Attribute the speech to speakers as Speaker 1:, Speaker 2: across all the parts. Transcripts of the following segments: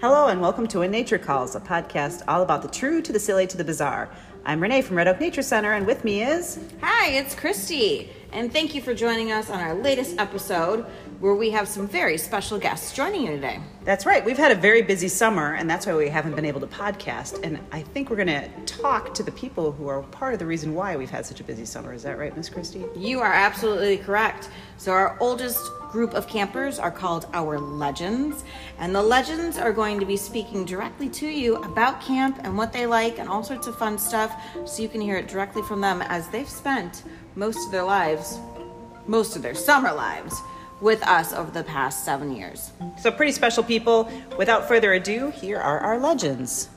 Speaker 1: Hello and welcome to When Nature Calls, a podcast all about the true to the silly to the bizarre. I'm Renee from Red Oak Nature Center, and with me is
Speaker 2: Hi, it's Christy, and thank you for joining us on our latest episode where we have some very special guests joining you today.
Speaker 1: that's right. We've had a very busy summer, and that's why we haven't been able to podcast. And I think we're going to talk to the people who are part of the reason why we've had such a busy summer. Is that right, Miss Christie?
Speaker 2: You are absolutely correct. So, our oldest group of campers are called our legends, and the legends are going to be speaking directly to you about camp and what they like and all sorts of fun stuff so you can hear it directly from them as they've spent most of their lives, most of their summer lives, with us over the past seven years.
Speaker 1: So, pretty special people. Without further ado, here are our legends.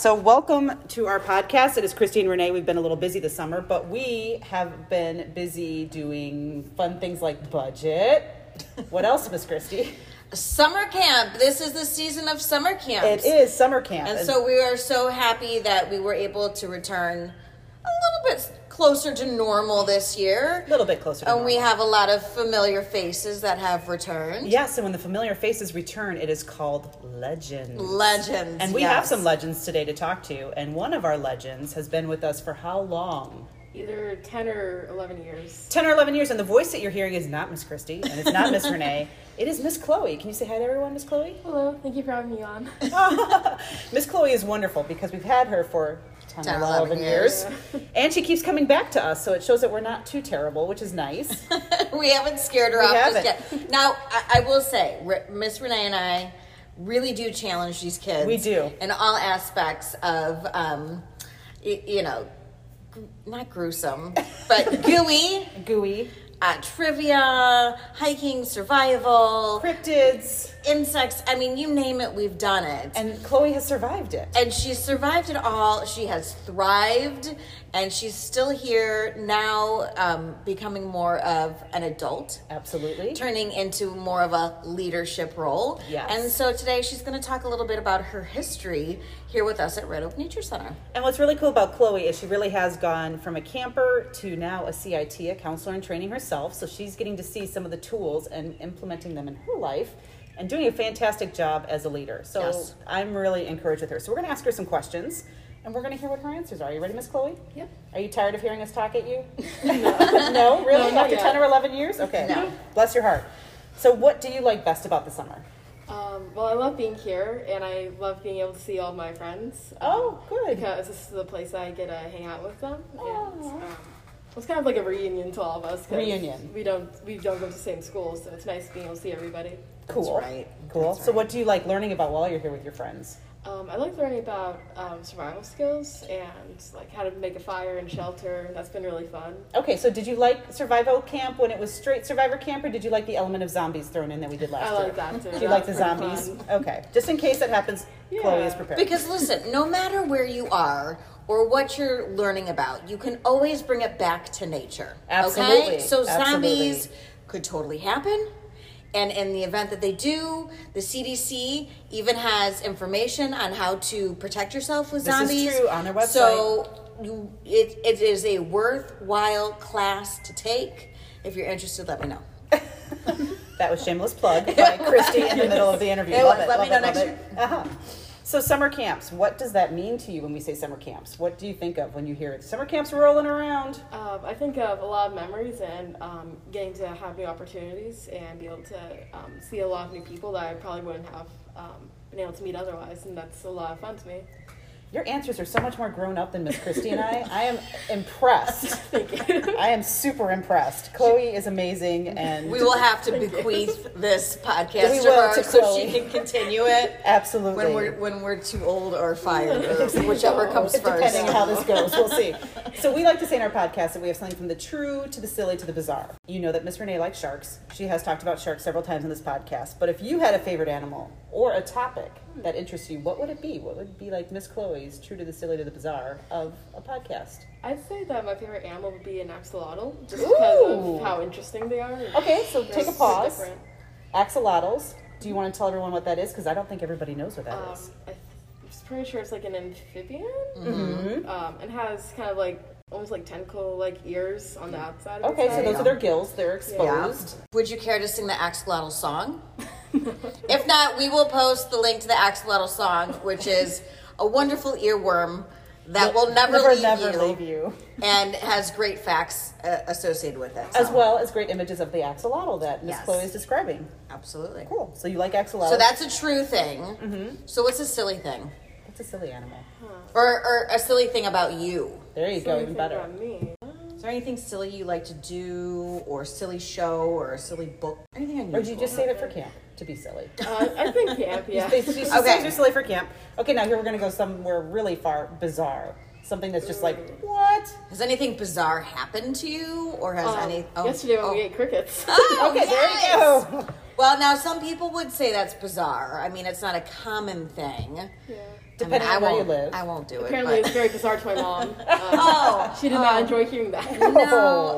Speaker 1: So, welcome to our podcast. It is Christine Renee. We've been a little busy this summer, but we have been busy doing fun things like budget. What else, Miss Christie?
Speaker 2: Summer camp. This is the season of summer camp.
Speaker 1: It is summer camp.
Speaker 2: And so we are so happy that we were able to return a little bit closer to normal this year.
Speaker 1: a little bit closer. To
Speaker 2: And we
Speaker 1: normal.
Speaker 2: have a lot of familiar faces that have returned.
Speaker 1: yes, and when the familiar faces return, it is called legends.
Speaker 2: Legends.
Speaker 1: And we
Speaker 2: yes.
Speaker 1: have some legends today to talk to, and one of our legends has been with us for how long?
Speaker 3: Either 10 or 11 years.
Speaker 1: 10 or 11 years, and the voice that you're hearing is not Miss Christie, and it's not Miss Renee. It is Miss Chloe. Can you say hi to everyone, Miss Chloe?
Speaker 3: Hello, thank you for having me on.
Speaker 1: Miss Chloe is wonderful because we've had her for 10,
Speaker 2: 10,
Speaker 1: 11,
Speaker 2: 11
Speaker 1: years. And she keeps coming back to us, so it shows that we're not too terrible, which is nice.
Speaker 2: we haven't scared her
Speaker 1: We
Speaker 2: off just
Speaker 1: haven't.
Speaker 2: yet. Now, I, I will say, Re- Miss Renee and I really do challenge these kids.
Speaker 1: We do.
Speaker 2: In all aspects of, um, y- you know, gr- not gruesome, but gooey,
Speaker 1: Gooey,
Speaker 2: uh, trivia, hiking, survival,
Speaker 1: cryptids,
Speaker 2: insects. I mean, you name it, we've done it. And,
Speaker 1: and Chloe has survived it.
Speaker 2: she survived it all. She has thrived, and she's still here now, um, becoming more of an adult.
Speaker 1: Absolutely.
Speaker 2: Turning into more of a leadership role.
Speaker 1: Yes.
Speaker 2: And so today she's going to talk a little bit about her history here with us at Red Oak Nature Center.
Speaker 1: And what's really cool about Chloe is she really has gone from a camper to now a CIT, a counselor in training herself. So she's getting to see some of the tools and implementing them in her life and doing a fantastic job as a leader. So
Speaker 2: Yes.
Speaker 1: I'm really encouraged with her. So we're going to ask her some questions and we're going to hear what her answers are. Are you ready, Miss Chloe?
Speaker 3: Yep.
Speaker 1: Are you tired of hearing us talk at you? no. really?
Speaker 3: not
Speaker 1: After
Speaker 3: yet.
Speaker 1: 10 or 11 years? Okay.
Speaker 2: No.
Speaker 1: Bless your heart. So what do you like best about the summer?
Speaker 3: Um, well, I love being here and I love being able to see all my friends
Speaker 1: Oh, good.
Speaker 3: because this is the place I get to hang out with them. And,
Speaker 1: Aw.
Speaker 3: um, it's kind of like a reunion to all of us. 'cause
Speaker 1: Reunion.
Speaker 3: We don't we don't go to the same school, so it's nice being able to see everybody.
Speaker 1: Cool.
Speaker 2: right.
Speaker 1: Cool.
Speaker 2: That's
Speaker 1: So
Speaker 2: right.
Speaker 1: what do you like learning about while you're here with your friends?
Speaker 3: Um, I like learning about um, survival skills and like how to make a fire and shelter. That's been really fun.
Speaker 1: Okay, so did you like Survival Camp when it was straight Survivor Camp, or did you like the element of zombies thrown in that we did last
Speaker 3: I
Speaker 1: year?
Speaker 3: like that too.
Speaker 1: Do
Speaker 3: That
Speaker 1: you like the
Speaker 3: was pretty
Speaker 1: zombies?
Speaker 3: fun.
Speaker 1: Okay, just in case that happens, Chloe is
Speaker 3: Yeah.
Speaker 1: prepared.
Speaker 2: Because listen, no matter where you are or what you're learning about, you can always bring it back to nature.
Speaker 1: Absolutely.
Speaker 2: Okay? So zombies
Speaker 1: Absolutely.
Speaker 2: could totally happen. And in the event that they do, the CDC even has information on how to protect yourself with
Speaker 1: This is
Speaker 2: zombies.
Speaker 1: true, on their website.
Speaker 2: So you, it, it is a worthwhile class to take. If you're interested, let me know.
Speaker 1: that was shameless plug by Christy in the middle of the interview.
Speaker 2: It
Speaker 1: love
Speaker 2: was.
Speaker 1: it.
Speaker 2: Let
Speaker 1: love
Speaker 2: me
Speaker 1: it,
Speaker 2: know
Speaker 1: love
Speaker 2: next
Speaker 1: it. Uh-huh. So summer camps. What does that mean to you when we say summer camps? What do you think of when you hear it? Summer camps rolling around.
Speaker 3: Um, I think of a lot of memories and um, getting to have new opportunities and be able to um, see a lot of new people that I probably wouldn't have um, been able to meet otherwise, and that's a lot of fun to me.
Speaker 1: Your answers are so much more grown up than Miss Christie and I. I am impressed.
Speaker 3: Thank you.
Speaker 1: I am super impressed. Chloe is amazing, and
Speaker 2: We will have to bequeath this
Speaker 1: We
Speaker 2: podcast to
Speaker 1: will
Speaker 2: her
Speaker 1: to
Speaker 2: so
Speaker 1: Chloe.
Speaker 2: she can continue it.
Speaker 1: absolutely.
Speaker 2: when we're when we're too old or fired or whichever comes
Speaker 1: It's
Speaker 2: first.
Speaker 1: Depending on how this goes, we'll see. So we like to say in our podcast that we have something from the true to the silly to the bizarre. You know that Miss Renee likes sharks. She has talked about sharks several times in this podcast. But if you had a favorite animal or a topic that interests you, what would it be? What would be like Miss Chloe's true to the silly to the bizarre of a podcast?
Speaker 3: I'd say that my favorite animal would be an axolotl, just
Speaker 1: Ooh.
Speaker 3: because of how interesting they are.
Speaker 1: Okay, so
Speaker 3: They're
Speaker 1: take a
Speaker 3: so
Speaker 1: pause.
Speaker 3: different.
Speaker 1: Axolotls. Do you want to tell everyone what that is? Because I don't think everybody knows what that
Speaker 3: Um,
Speaker 1: is. Mm-hmm.
Speaker 3: I th- I'm pretty sure it's like an amphibian, um, and has kind of like almost like tentacle like ears on the outside. Of
Speaker 1: Okay,
Speaker 3: its
Speaker 1: so
Speaker 3: head.
Speaker 1: those are their gills. They're exposed.
Speaker 2: Would you care to sing the axolotl song? if not, we will post the link to the axolotl song, which is a wonderful earworm that will never,
Speaker 1: Never,
Speaker 2: leave,
Speaker 1: never
Speaker 2: you
Speaker 1: leave you.
Speaker 2: and has great facts uh, associated with it.
Speaker 1: As
Speaker 2: So,
Speaker 1: well as great images of the axolotl that Miss
Speaker 2: Yes.
Speaker 1: Chloe is describing.
Speaker 2: Absolutely.
Speaker 1: Cool. So you like axolotl?
Speaker 2: So that's a true thing.
Speaker 1: Mm-hmm.
Speaker 2: So what's a silly thing?
Speaker 1: That's a silly animal.
Speaker 2: Or, or a silly thing about you?
Speaker 1: There you
Speaker 3: What
Speaker 1: go.
Speaker 3: do you
Speaker 1: Even
Speaker 3: think
Speaker 1: better.
Speaker 3: about me?
Speaker 2: Is there anything silly you like to do, or a silly show, or a silly book? Anything unusual?
Speaker 1: Or do you just save it for camp to be silly?
Speaker 3: Uh, I think camp. Yeah.
Speaker 1: She just
Speaker 2: Okay.
Speaker 1: saves you silly for camp. Okay, now here we're gonna go somewhere really far, bizarre. Something that's just like what?
Speaker 2: Has anything bizarre happened to you, or has
Speaker 3: Um,
Speaker 2: any? oh,
Speaker 3: yesterday when
Speaker 2: oh.
Speaker 3: we ate crickets.
Speaker 2: Oh,
Speaker 1: Okay, there you
Speaker 2: yes!
Speaker 1: go.
Speaker 2: Well, now some people would say that's bizarre. I mean, it's not a common thing.
Speaker 3: yeah.
Speaker 1: Depending
Speaker 2: I
Speaker 1: on where you
Speaker 2: won't-
Speaker 1: live.
Speaker 2: I won't do it.
Speaker 3: Apparently, it's
Speaker 2: but-
Speaker 3: very bizarre to my mom. Uh,
Speaker 2: oh,
Speaker 3: she did not enjoy hearing that.
Speaker 2: no,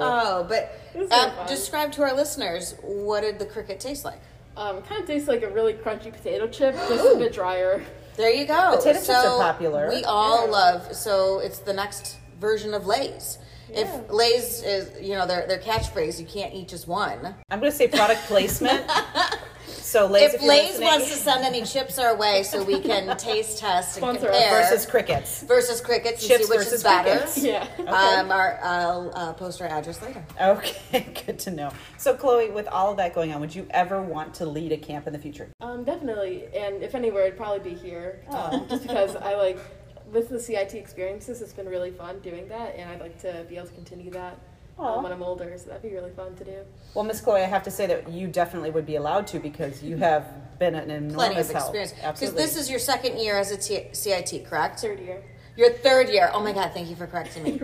Speaker 2: oh, but
Speaker 3: This is
Speaker 2: uh,
Speaker 3: fun.
Speaker 2: describe to our listeners what did the cricket taste like?
Speaker 3: Um, it kind of tastes like a really crunchy potato chip, just a bit drier.
Speaker 2: There you go.
Speaker 1: Potato chips are popular.
Speaker 2: We all love. So it's the next version of Lay's. If Lay's is, you know, their their catchphrase, you can't eat just one.
Speaker 1: I'm gonna say product placement. so Lay's,
Speaker 2: if
Speaker 1: you're
Speaker 2: Lay's
Speaker 1: listening,
Speaker 2: wants to send any chips our way, so we can taste test and
Speaker 3: Sponsor us.
Speaker 2: compare
Speaker 1: versus crickets.
Speaker 2: versus crickets and
Speaker 1: Chips
Speaker 2: see which
Speaker 1: versus
Speaker 2: is better.
Speaker 1: crickets.
Speaker 3: Yeah.
Speaker 2: Um, our, I'll uh, post our address later.
Speaker 1: Okay, good to know. So Chloe, with all of that going on, would you ever want to lead a camp in the future?
Speaker 3: Um, definitely, and if anywhere, it'd probably be here,
Speaker 2: Oh.
Speaker 3: um, just because I like with the CIT experiences. It's been really fun doing that, and I'd like to be able to continue that
Speaker 1: Aw.
Speaker 3: um, when I'm older. So that'd be really fun to do.
Speaker 1: Well, Miss Chloe, I have to say that you definitely would be allowed to because you have been an enormous
Speaker 2: Plenty of
Speaker 1: help.
Speaker 2: experience. Because
Speaker 1: Absolutely.
Speaker 2: this is your second year as a T- CIT, correct?
Speaker 3: Third year.
Speaker 2: Your third year. Oh my God, thank you for correcting me.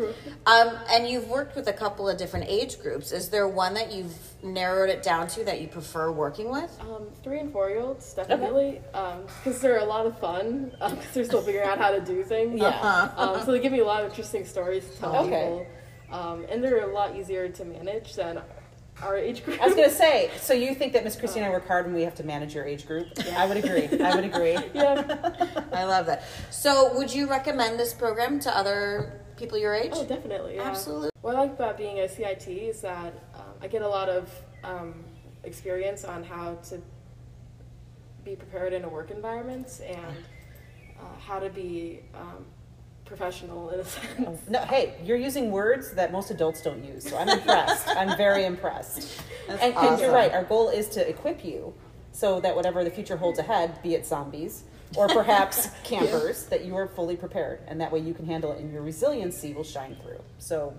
Speaker 2: Um, and you've worked with a couple of different age groups. Is there one that you've narrowed it down to that you prefer working with?
Speaker 3: Um, three and four year olds definitely, because they're a lot of fun. Because they're still figuring out how to do things.
Speaker 1: Yeah. Uh-huh.
Speaker 3: Um, so they give me a lot of interesting stories to tell
Speaker 1: Okay.
Speaker 3: people, um, and they're a lot easier to manage than our age group.
Speaker 1: I was gonna say, so you think that Miss Christina work hard and we have to manage your age group? I would agree. I would agree.
Speaker 3: yeah.
Speaker 2: I love that. So, would you recommend this program to other people your age?
Speaker 3: Oh, definitely. Yeah.
Speaker 2: Absolutely.
Speaker 3: What I like about being a CIT is that um, I get a lot of um, experience on how to be prepared in a work environment and uh, how to be um, professional in a sense.
Speaker 1: No, hey, you're using words that most adults don't use, so I'm impressed. I'm very impressed. And, and you're
Speaker 2: awesome.
Speaker 1: right. Our goal is to equip you so that whatever the future holds ahead, be it zombies or perhaps campers, that you are fully prepared, and that way you can handle it, and your resiliency will shine through. So.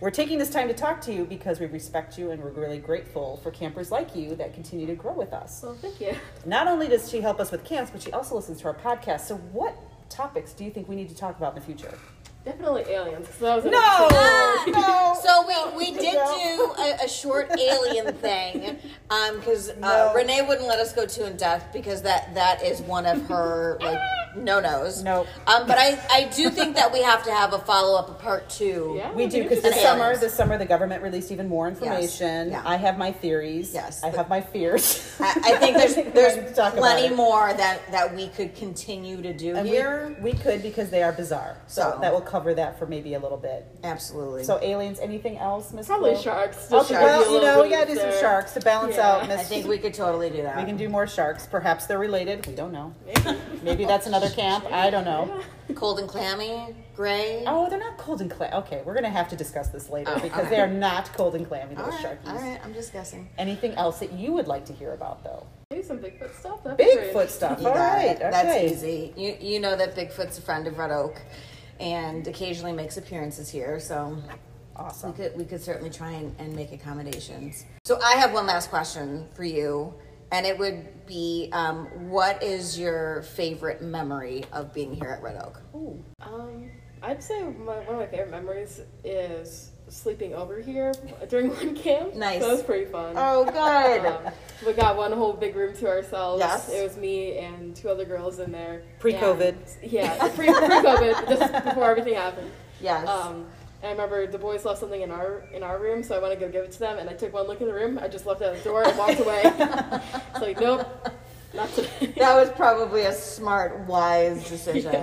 Speaker 1: We're taking this time to talk to you because we respect you and we're really grateful for campers like you that continue to grow with us.
Speaker 3: So thank you.
Speaker 1: Not only does she help us with camps, but she also listens to our podcast. So, what topics do you think we need to talk about in the future?
Speaker 3: Definitely aliens. 'cause that was an
Speaker 1: No!
Speaker 2: Ah,
Speaker 1: No.
Speaker 2: So we, we did do a, a short alien thing because uh,
Speaker 1: No.
Speaker 2: Renee wouldn't let us go too in depth because that that is one of her like no nos.
Speaker 1: Nope.
Speaker 2: Um, but I I do think that we have to have a follow up, a part two.
Speaker 3: Yeah.
Speaker 1: We do because
Speaker 3: Interesting.
Speaker 1: this summer, this summer, the government released even more information.
Speaker 2: Yeah.
Speaker 1: I have my theories.
Speaker 2: Yes.
Speaker 1: I have my fears.
Speaker 2: I, I think there's
Speaker 1: think we need
Speaker 2: there's
Speaker 1: to talk about
Speaker 2: plenty
Speaker 1: it.
Speaker 2: more that that we could continue to do
Speaker 1: And
Speaker 2: here.
Speaker 1: we, we could because they are bizarre. So,
Speaker 2: So.
Speaker 1: that will cover that for maybe a little bit.
Speaker 2: Absolutely.
Speaker 1: So aliens, anything else, Miss?
Speaker 3: Probably
Speaker 1: Quill?
Speaker 3: sharks.
Speaker 1: Okay,
Speaker 3: Just
Speaker 1: well,
Speaker 3: sharks.
Speaker 1: you know, we gotta do some
Speaker 3: Little bit
Speaker 1: sharks to balance
Speaker 3: Yeah.
Speaker 1: out. Miss.
Speaker 2: I think we could totally do that.
Speaker 1: we can do more sharks. Perhaps they're related. We don't know. Maybe that's another camp. I don't know.
Speaker 2: Cold and clammy, gray.
Speaker 1: Oh, they're not cold and clammy. Okay, we're gonna have to discuss this later
Speaker 2: Oh,
Speaker 1: because
Speaker 2: okay.
Speaker 1: they are not cold and clammy.
Speaker 2: all
Speaker 1: Those
Speaker 2: right,
Speaker 1: sharkies.
Speaker 2: all right. I'm just guessing.
Speaker 1: Anything else that you would like to hear about, though?
Speaker 3: Maybe some Bigfoot stuff. that'd be great.
Speaker 1: Bigfoot stuff.
Speaker 2: You
Speaker 1: All
Speaker 2: got
Speaker 1: right,
Speaker 2: it. That's
Speaker 1: okay.
Speaker 2: easy. You you know that Bigfoot's a friend of Red Oak, and occasionally makes appearances here. So we
Speaker 1: Awesome.
Speaker 2: could we could certainly try and, and make accommodations. So I have one last question for you, and it would be, um, what is your favorite memory of being here at Red Oak?
Speaker 3: Um, I'd say my, one of my favorite memories is sleeping over here during one camp.
Speaker 2: Nice.
Speaker 3: That was pretty fun.
Speaker 2: Oh,
Speaker 3: Um, we got one whole big room to ourselves.
Speaker 1: Yes.
Speaker 3: It was me and two other girls in there.
Speaker 1: Pre-COVID.
Speaker 3: And- yeah, pre COVID, just before everything happened.
Speaker 2: yes.
Speaker 3: Um, and I remember the boys left something in our in our room, so I went to go give it to them. And I took one look in the room. I just left it at the door and walked away. it's like, nope, not today.
Speaker 2: that was probably a smart, wise decision.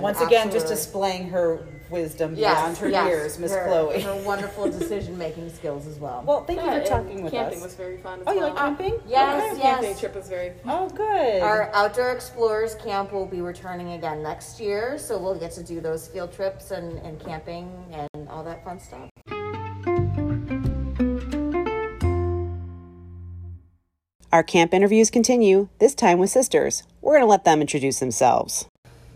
Speaker 1: Once again, just
Speaker 2: Absolutely.
Speaker 1: displaying her wisdom
Speaker 2: Yes,
Speaker 1: beyond her
Speaker 2: yes,
Speaker 1: years, Miss
Speaker 2: her-
Speaker 1: Chloe.
Speaker 2: Her wonderful decision making skills as well.
Speaker 1: Well, thank
Speaker 3: Yeah,
Speaker 1: you for
Speaker 3: and
Speaker 1: talking with
Speaker 3: camping
Speaker 1: us.
Speaker 3: was very fun as
Speaker 1: oh, you
Speaker 3: well.
Speaker 1: like camping?
Speaker 2: yes,
Speaker 3: The camping
Speaker 2: yes.
Speaker 3: trip was very fun.
Speaker 1: Oh, good.
Speaker 2: Our outdoor explorers camp will be returning again next year, so we'll get to do those field trips and, and camping and all that fun stuff.
Speaker 1: Our camp interviews continue, this time with sisters. We're going to let them introduce themselves.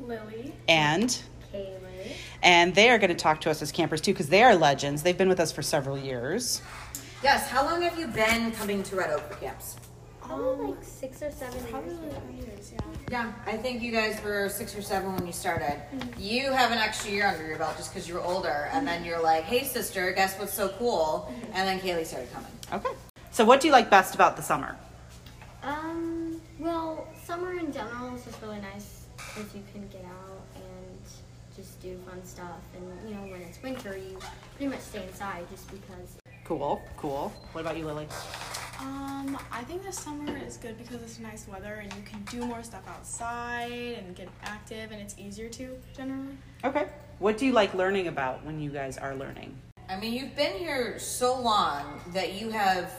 Speaker 4: Lily,
Speaker 1: And
Speaker 4: Kaylee,
Speaker 1: and they are going to talk to us as campers too because they are legends. They've been with us for several years.
Speaker 2: Yes, how long have you been coming to Red Oak for camps?
Speaker 4: probably like six or seven years ago.
Speaker 2: Yeah, I think you guys were six or seven when you started. You have an extra year under your belt just because you were older, and then you're like, hey, sister, guess what's so cool? And then Kaylee started coming.
Speaker 1: Okay. So what do you like best about the summer?
Speaker 4: Um, well, summer in general is just really nice if you can get out and just do fun stuff. And, you know, when it's winter, you pretty much stay inside just because.
Speaker 1: Cool, cool. What about you, Lily?
Speaker 5: Um, I think the summer is good because it's nice weather and you can do more stuff outside and get active and it's easier to generally.
Speaker 1: Okay. What do you like learning about when you guys are learning?
Speaker 2: I mean, you've been here so long that you have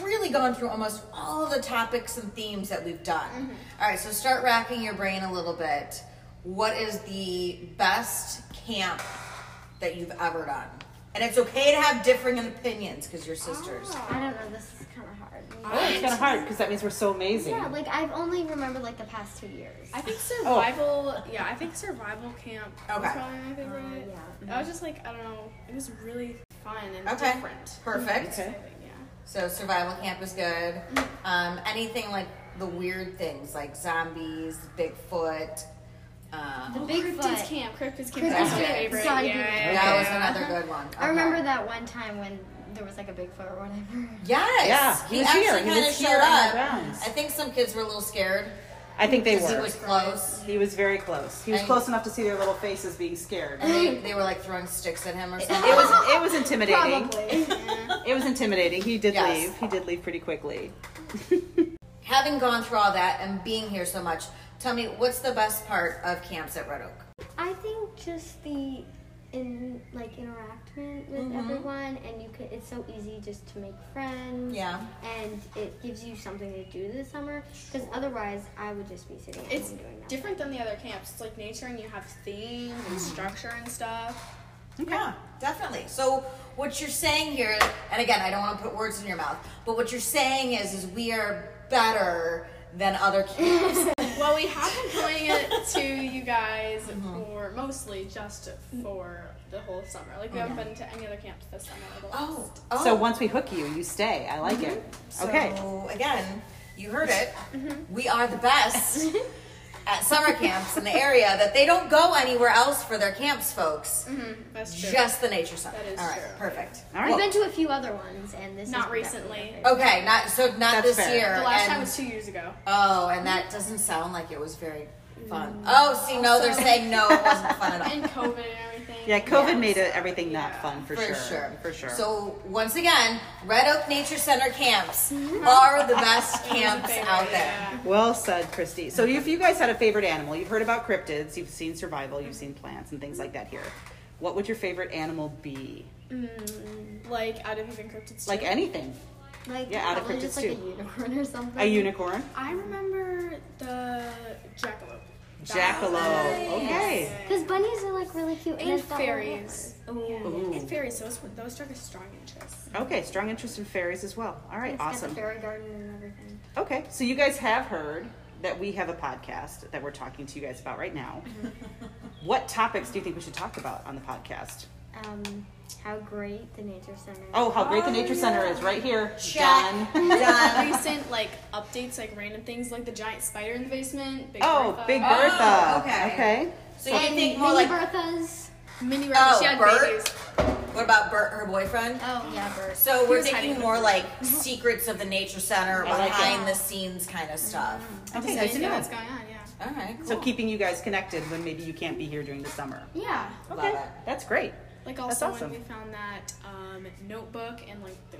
Speaker 2: really gone through almost all the topics and themes that we've done. All right, so start racking your brain a little bit. What is the best camp that you've ever done? And it's okay to have differing opinions because you're sisters.
Speaker 4: I don't know, this is kind of hard.
Speaker 1: Oh, it's kind of hard because that means we're so amazing.
Speaker 4: Yeah, like I've only remembered like the past two years.
Speaker 5: I think survival, yeah, I think survival camp
Speaker 2: Okay.
Speaker 5: was probably my favorite.
Speaker 4: yeah.
Speaker 5: I was just like, I don't know, it was really fun and
Speaker 2: Okay.
Speaker 5: different.
Speaker 2: Perfect.
Speaker 5: I
Speaker 1: Okay.
Speaker 5: think, yeah.
Speaker 2: So survival camp is good. Um, anything like the weird things like zombies, Bigfoot. Um,
Speaker 4: Bigfoot.
Speaker 5: Cryptids camp, Cryptids camp
Speaker 4: Cryptids
Speaker 5: is my
Speaker 4: camp.
Speaker 5: favorite.
Speaker 4: Sorry,
Speaker 5: yeah,
Speaker 4: Cryptids.
Speaker 5: yeah,
Speaker 2: that was
Speaker 5: yeah.
Speaker 2: another good one.
Speaker 4: I remember
Speaker 2: Okay.
Speaker 4: that one time when there was like a Bigfoot or whatever.
Speaker 2: Yes.
Speaker 1: Yeah, he was here. He
Speaker 2: kinda
Speaker 1: was here on the grounds.
Speaker 2: I think some kids were a little scared
Speaker 1: I think they
Speaker 2: because he
Speaker 1: were.
Speaker 2: was close.
Speaker 1: He was very close. He was
Speaker 2: And-
Speaker 1: close enough to see their little faces being scared. It
Speaker 2: They, they were like throwing sticks at him or something.
Speaker 1: was it was intimidating.
Speaker 4: Yeah.
Speaker 1: It was intimidating. He did
Speaker 2: Yes.
Speaker 1: leave. He did leave pretty quickly.
Speaker 2: Having gone through all that and being here so much, tell me what's the best part of camps at Red Oak?
Speaker 4: I think just the in like interactment with everyone, and you can. It's so easy just to make friends.
Speaker 2: Yeah.
Speaker 4: And it gives you something to do this summer because otherwise I would just be sitting at
Speaker 5: It's
Speaker 4: home doing nothing.
Speaker 5: different than the other camps. It's like nature and you have themes and structure and stuff.
Speaker 2: Yeah, definitely. So what you're saying here, and again, I don't want to put words in your mouth, but what you're saying is, is we are better than other camps.
Speaker 5: Well, we have been playing it to you guys for mostly just for the whole summer. Like we haven't been to any other camps this summer. or the last.
Speaker 2: oh, oh.
Speaker 1: So once we hook you, you stay. I like it. Okay.
Speaker 2: Mm-hmm. So again, you heard it. We are the best at summer camps in the area that they don't go anywhere else for their camps, folks.
Speaker 5: That's true.
Speaker 2: Just the nature center.
Speaker 5: That is
Speaker 2: All right,
Speaker 5: true.
Speaker 2: perfect.
Speaker 1: All
Speaker 4: I've
Speaker 1: right.
Speaker 4: been to a few other ones, and this
Speaker 5: Not
Speaker 4: is definitely
Speaker 5: recently.
Speaker 4: my favorite.
Speaker 2: Okay, not so not
Speaker 1: That's
Speaker 2: this
Speaker 1: fair.
Speaker 2: year.
Speaker 5: the last
Speaker 2: Oh, and-
Speaker 5: time was two years ago.
Speaker 2: oh, and that doesn't sound like it was very fun. Oh, see, no, they're saying no, it wasn't fun at all.
Speaker 5: And COVID and everything.
Speaker 1: Yeah, COVID
Speaker 5: Yes.
Speaker 1: made it, everything not
Speaker 5: Yeah.
Speaker 1: fun for,
Speaker 2: For
Speaker 1: sure.
Speaker 2: sure.
Speaker 1: For sure.
Speaker 2: So once again, Red Oak Nature Center camps are the best camps
Speaker 5: Favorite,
Speaker 2: out there.
Speaker 5: yeah.
Speaker 1: well said, Christy. So if you guys had a favorite animal, you've heard about cryptids, you've seen survival, you've seen plants and things like that here. What would your favorite animal be?
Speaker 5: Like out of even cryptids.
Speaker 1: Like
Speaker 5: too.
Speaker 1: anything.
Speaker 4: Like
Speaker 1: Yeah, out of
Speaker 4: probably just
Speaker 1: cryptids
Speaker 4: like a
Speaker 1: too.
Speaker 4: unicorn or something.
Speaker 1: A
Speaker 2: Mm-hmm.
Speaker 1: unicorn.
Speaker 5: I remember the jackalope.
Speaker 1: Jackalope. Okay.
Speaker 4: Because bunnies are like really cute.
Speaker 5: And
Speaker 4: it's that little
Speaker 5: fairies. Ooh. And fairies. Those were- those struck a strong interest.
Speaker 1: Okay, strong interest in fairies as well. All
Speaker 4: one.
Speaker 1: right,
Speaker 4: It's got the
Speaker 1: awesome.
Speaker 4: fairy garden and everything.
Speaker 1: Okay, so you guys have heard that we have a podcast that we're talking to you guys about right now. what topics do you think we should talk about on the podcast?
Speaker 4: Um, how great the nature center. is.
Speaker 1: Oh, how great the Nature Center is right here.
Speaker 2: Check.
Speaker 1: Done.
Speaker 2: Done.
Speaker 5: Recent like updates, like random things, like the giant spider in the basement. Big
Speaker 1: Oh,
Speaker 5: Bertha.
Speaker 1: Big Bertha.
Speaker 2: okay.
Speaker 1: Okay.
Speaker 2: So you
Speaker 4: And
Speaker 2: think more
Speaker 4: mini
Speaker 2: like
Speaker 4: Berthas.
Speaker 5: Mini Rabbit.
Speaker 2: oh
Speaker 5: she had
Speaker 2: Bert?
Speaker 5: babies.
Speaker 2: What about Bert, her boyfriend?
Speaker 4: Oh yeah, Berthas.
Speaker 2: So we're
Speaker 5: was hiding Mm-hmm.
Speaker 2: thinking
Speaker 5: in
Speaker 2: more
Speaker 5: the-
Speaker 2: like secrets of the nature center,
Speaker 1: I like it.
Speaker 2: behind the scenes kind of stuff.
Speaker 1: Okay,
Speaker 5: Just
Speaker 1: good to
Speaker 5: didn't know
Speaker 1: know.
Speaker 5: what's going on. Yeah.
Speaker 2: All right, cool.
Speaker 1: So keeping you guys connected when maybe you can't be here during the summer.
Speaker 5: Yeah.
Speaker 2: Love
Speaker 1: Okay.
Speaker 2: it.
Speaker 1: That's great.
Speaker 5: Like
Speaker 1: That's
Speaker 5: also
Speaker 1: awesome.
Speaker 5: when we found that um, notebook and like the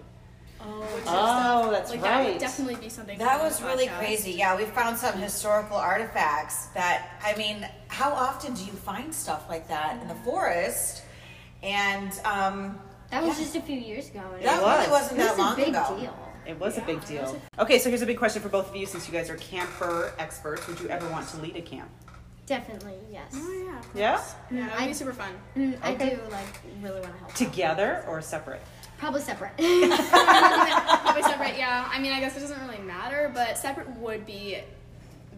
Speaker 5: oh,
Speaker 1: Oh, that's
Speaker 5: like that
Speaker 1: right.
Speaker 5: would definitely be something.
Speaker 2: That
Speaker 5: for
Speaker 2: was
Speaker 5: the
Speaker 2: really
Speaker 5: podcast.
Speaker 2: crazy. Yeah, we found some historical artifacts that I mean, how often do you find stuff like that
Speaker 5: Mm-hmm.
Speaker 2: in the forest? And um,
Speaker 4: That was
Speaker 2: Yeah.
Speaker 4: just a few years ago. and
Speaker 2: that
Speaker 4: it
Speaker 2: really wasn't
Speaker 4: was
Speaker 2: that long
Speaker 4: a big
Speaker 2: ago.
Speaker 4: deal.
Speaker 1: It was a big deal. Okay, so here's a big question for both of you since you guys are camper experts. Would you ever want to lead a camp?
Speaker 4: Definitely, yes.
Speaker 5: yeah.
Speaker 1: Yeah?
Speaker 5: Yeah, it would be super fun.
Speaker 4: Mm, I do like really want to help. out.
Speaker 1: Together or separate?
Speaker 4: Probably separate.
Speaker 5: Probably separate, yeah. I mean, I guess it doesn't really matter, but separate would be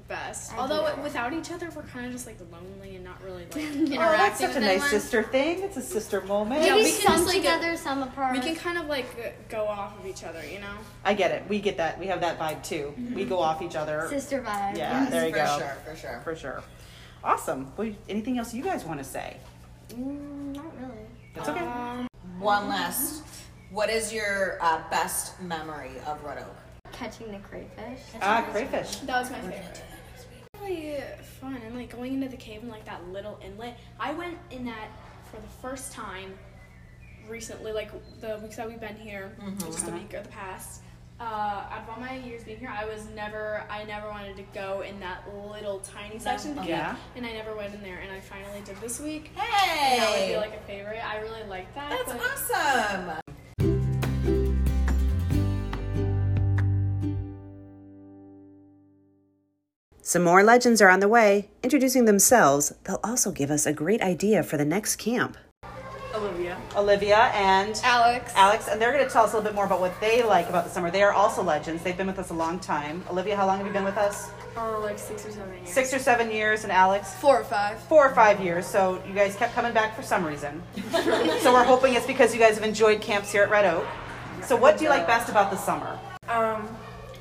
Speaker 5: best.
Speaker 4: I
Speaker 5: Although
Speaker 4: agree.
Speaker 5: without each other, we're kind of just like lonely and not really like
Speaker 1: Oh, that's
Speaker 5: interacting
Speaker 1: such a
Speaker 5: with
Speaker 1: nice
Speaker 5: anyone.
Speaker 1: sister thing. It's a sister moment.
Speaker 5: Yeah,
Speaker 4: Maybe
Speaker 5: we can
Speaker 4: some
Speaker 5: just, like,
Speaker 4: together, some apart.
Speaker 5: We can kind of like go off of each other, you know.
Speaker 1: I get it. We get that. We have that vibe too.
Speaker 5: Mm-hmm.
Speaker 1: We go off each other.
Speaker 4: sister vibe.
Speaker 1: Yeah, there you
Speaker 2: for
Speaker 1: go.
Speaker 2: sure, for sure.
Speaker 1: For sure. Awesome. Well, anything else you guys want to say?
Speaker 4: Mm, not really.
Speaker 1: That's okay.
Speaker 5: Uh, Mm-hmm.
Speaker 2: One last. What is your uh, best memory of Red Oak?
Speaker 4: Catching the crayfish.
Speaker 1: Ah, crayfish.
Speaker 5: That was my favorite. Really fun and like going into the cave and like that little inlet. I went in that for the first time recently, like the weeks that we've been here, which is the week or the past. Uh, out of all my years being here, I was never, I never wanted to go in that little tiny section of the cave,
Speaker 1: Yeah.
Speaker 5: and I never went in there. And I finally did this week. And that would be
Speaker 2: Hey,
Speaker 5: like a favorite. I really like that.
Speaker 2: that's
Speaker 5: but-
Speaker 2: awesome.
Speaker 6: Some more legends are on the way. Introducing themselves, they'll also give us a great idea for the next camp.
Speaker 3: Olivia.
Speaker 1: Olivia and
Speaker 5: Alex.
Speaker 1: Alex, and they're going to tell us a little bit more about what they like about the summer. They are also legends. They've been with us a long time. Olivia, how long have you been with us?
Speaker 3: Oh, like six or seven years.
Speaker 1: Six or seven years, and Alex?
Speaker 3: Four or five.
Speaker 1: Four or five years. So you guys kept coming back for some reason. so we're hoping it's because you guys have enjoyed camps here at Red Oak. So what do you like best about the summer?
Speaker 7: Um,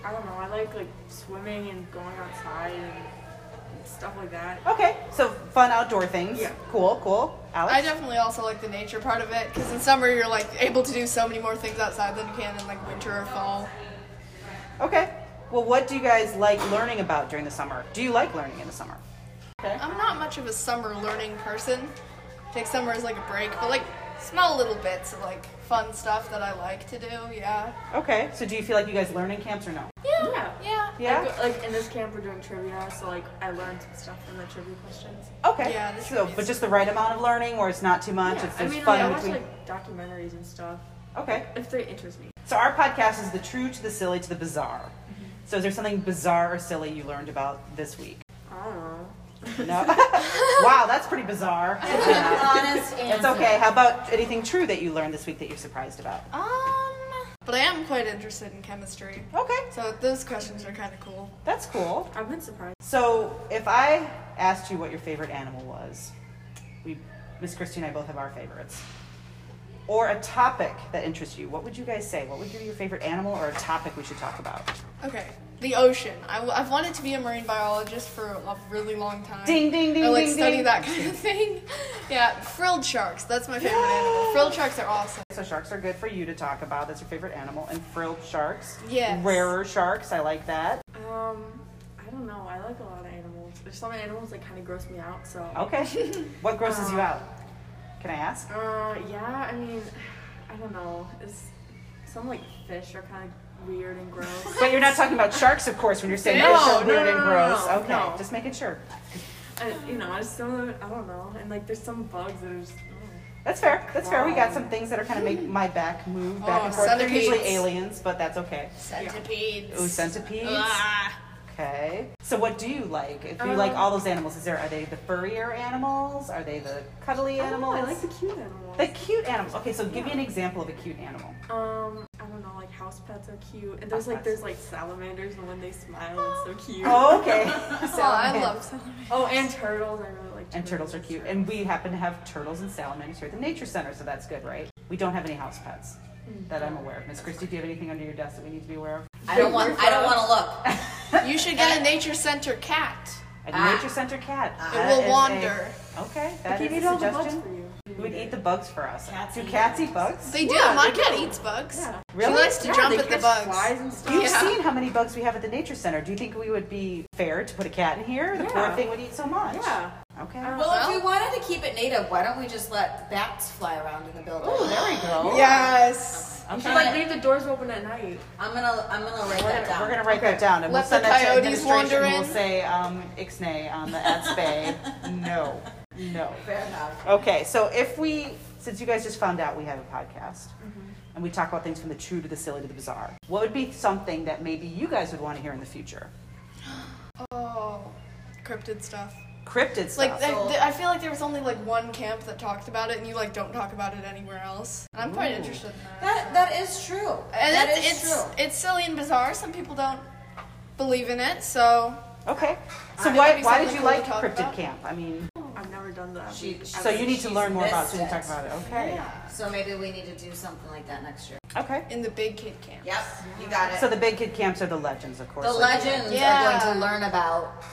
Speaker 7: I don't know. I like like swimming and going outside and stuff like that.
Speaker 1: Okay, so fun outdoor things.
Speaker 7: Yeah.
Speaker 1: Cool, cool. Alex?
Speaker 8: I definitely also like the nature part of it because in summer you're like able to do so many more things outside than you can in like winter or fall.
Speaker 1: Okay. Well, what do you guys like learning about during the summer? Do you like learning in the summer?
Speaker 8: I'm not much of a summer learning person. Take summer as like a break, but like small little bits of like fun stuff that I like to do. Yeah.
Speaker 1: Okay. So do you feel like you guys learn in camps or no?
Speaker 7: Yeah.
Speaker 8: Yeah.
Speaker 1: Yeah.
Speaker 7: Like, like in this camp, we're doing trivia, so like I learned some stuff from the trivia questions.
Speaker 1: Okay.
Speaker 8: Yeah, this
Speaker 1: so,
Speaker 8: is-
Speaker 1: but just the right amount of learning where it's not too much.
Speaker 7: yeah.
Speaker 1: It's
Speaker 7: I
Speaker 1: there's
Speaker 7: mean, like,
Speaker 1: fun
Speaker 7: I
Speaker 1: in
Speaker 7: watch
Speaker 1: between.
Speaker 7: like documentaries and stuff
Speaker 1: Okay.
Speaker 7: if they interest me.
Speaker 1: So our podcast is the true to the silly to the bizarre.
Speaker 7: Mm-hmm.
Speaker 1: So is there something bizarre or silly you learned about this week?
Speaker 7: I don't know.
Speaker 1: No. wow, that's pretty bizarre.
Speaker 2: Honest
Speaker 1: It's okay. How about anything true that you learned this week that you're surprised about?
Speaker 8: Um. But I am quite interested in chemistry,
Speaker 1: Okay.
Speaker 8: so those questions are kind of cool.
Speaker 1: That's cool.
Speaker 7: I've been surprised.
Speaker 1: So if I asked you what your favorite animal was, we Miss Christie and I both have our favorites. Or a topic that interests you, what would you guys say? What would be your favorite animal or a topic we should talk about?
Speaker 8: Okay. The ocean. I, have wanted to be a marine biologist for a really long time.
Speaker 1: Ding, ding, ding,
Speaker 8: I like
Speaker 1: ding,
Speaker 8: study
Speaker 1: ding.
Speaker 8: that kind of thing. Yeah, frilled sharks. That's my favorite animal. Frilled sharks are awesome.
Speaker 1: So sharks are good for you to talk about. That's your favorite animal. And frilled sharks.
Speaker 8: Yes.
Speaker 1: Rarer sharks. I like that.
Speaker 7: Um, I don't know. I like a lot of animals. There's some animals that kind of gross me out. So.
Speaker 1: Okay. what grosses
Speaker 7: Uh-huh.
Speaker 1: you out? Can I ask?
Speaker 7: Uh, yeah. I mean, I don't know. It's some like fish are kind of weird and gross.
Speaker 1: But you're not talking about sharks, of course, when you're saying
Speaker 7: No,
Speaker 1: they're so
Speaker 7: no,
Speaker 1: weird
Speaker 7: no,
Speaker 1: and
Speaker 7: no,
Speaker 1: gross.
Speaker 7: no,
Speaker 1: okay,
Speaker 7: no.
Speaker 1: just making sure.
Speaker 7: I, you know, I just don't. I don't know. And like, there's some bugs that are just. I
Speaker 1: That's fair. That's fair. We got some things that are kind of make my back move back
Speaker 8: Oh,
Speaker 1: and forth. They're usually
Speaker 8: centipedes.
Speaker 1: aliens, but that's okay.
Speaker 8: Centipedes.
Speaker 1: Ooh, centipedes.
Speaker 8: Ah.
Speaker 1: Okay. So what do you like? If you
Speaker 7: Um.
Speaker 1: like all those animals, is there are they the furrier animals? Are they the cuddly
Speaker 7: don't know,
Speaker 1: animals?
Speaker 7: Oh, I like the cute animals.
Speaker 1: the cute animals. Okay, so give me an example of a cute animal.
Speaker 7: um, I don't know. Like house pets are cute, and
Speaker 1: House
Speaker 7: there's like
Speaker 1: pets.
Speaker 7: there's like salamanders, and when they smile, it's so cute.
Speaker 1: Oh, okay.
Speaker 8: Oh, I love centipedes.
Speaker 7: Oh, and turtles. I really like.
Speaker 1: And turtles are cute. And we happen to have turtles and salamanders here at the nature center, so that's good, right? We don't have any house pets
Speaker 7: Hmm.
Speaker 1: that I'm aware of. Miss Christie, do you have anything under your desk that we need to be aware of?
Speaker 2: I don't want. I don't want to look.
Speaker 8: You should get a nature center cat.
Speaker 1: A nature center cat.
Speaker 8: Ah. It
Speaker 1: That
Speaker 8: will
Speaker 1: is a-
Speaker 8: wander.
Speaker 1: Okay, that
Speaker 7: He
Speaker 1: is
Speaker 7: made
Speaker 1: a
Speaker 7: all the bugs
Speaker 1: suggestion.
Speaker 7: for you.
Speaker 9: Who would eat the bugs for us?
Speaker 2: Cats
Speaker 9: Do
Speaker 2: eat
Speaker 9: cats eat bugs?
Speaker 8: They do. My cat eats bugs.
Speaker 9: Really?
Speaker 8: She likes to
Speaker 9: Yeah,
Speaker 8: jump
Speaker 9: they
Speaker 8: at the
Speaker 9: catch
Speaker 8: bugs.
Speaker 7: flies and stuff.
Speaker 8: Yeah.
Speaker 1: You've seen how many bugs we have at the nature center. Do you think we would be fair to put a cat in here? The poor
Speaker 7: Yeah.
Speaker 1: thing would eat so much.
Speaker 7: Yeah. Um,
Speaker 1: Okay.
Speaker 2: Well, if we wanted to keep it native, why don't we just let bats fly around in the building?
Speaker 1: Oh, there we go.
Speaker 8: Yes.
Speaker 7: You should
Speaker 2: trying
Speaker 7: like
Speaker 2: to-
Speaker 7: leave the doors open at night.
Speaker 2: I'm gonna I'm gonna write
Speaker 1: We're
Speaker 2: that
Speaker 1: gonna,
Speaker 2: down.
Speaker 1: we're gonna write that down and
Speaker 8: Let
Speaker 1: we'll send
Speaker 8: the
Speaker 1: that to
Speaker 8: coyotes wander
Speaker 1: administration. and We'll
Speaker 8: in.
Speaker 1: say um, Ixnay on the Atspay. no, no.
Speaker 2: Fair enough.
Speaker 1: Okay, so if we, since you guys just found out we have a podcast
Speaker 8: Mm-hmm.
Speaker 1: and we talk about things from the true to the silly to the bizarre, what would be something that maybe you guys would want to hear in the future?
Speaker 8: Oh, cryptid stuff.
Speaker 1: Cryptid
Speaker 8: Like
Speaker 1: stuff.
Speaker 8: I, th- I feel like there was only like one camp that talked about it, and you like don't talk about it anywhere else. And I'm quite interested in that.
Speaker 2: That that is true.
Speaker 8: And
Speaker 2: that
Speaker 8: it's,
Speaker 2: is
Speaker 8: it's
Speaker 2: true.
Speaker 8: it's silly and bizarre. Some people don't believe in it, so
Speaker 1: okay. So
Speaker 8: Uh,
Speaker 1: why,
Speaker 8: maybe
Speaker 1: why did
Speaker 8: something
Speaker 1: you
Speaker 8: cool to
Speaker 1: like
Speaker 8: talk
Speaker 1: cryptid
Speaker 8: about.
Speaker 1: camp? I mean,
Speaker 7: I've never done that.
Speaker 2: She,
Speaker 1: so you need to
Speaker 2: she's
Speaker 1: learn more about it
Speaker 2: missed
Speaker 1: so we can talk about it. Okay.
Speaker 8: yeah.
Speaker 2: So maybe we need to do something like that next year.
Speaker 1: Okay.
Speaker 8: In the big kid camp.
Speaker 2: Yep, you got it.
Speaker 1: So the big kid camps are the legends, of course.
Speaker 2: the
Speaker 1: like-
Speaker 2: legends
Speaker 8: Yeah.
Speaker 2: are going to learn about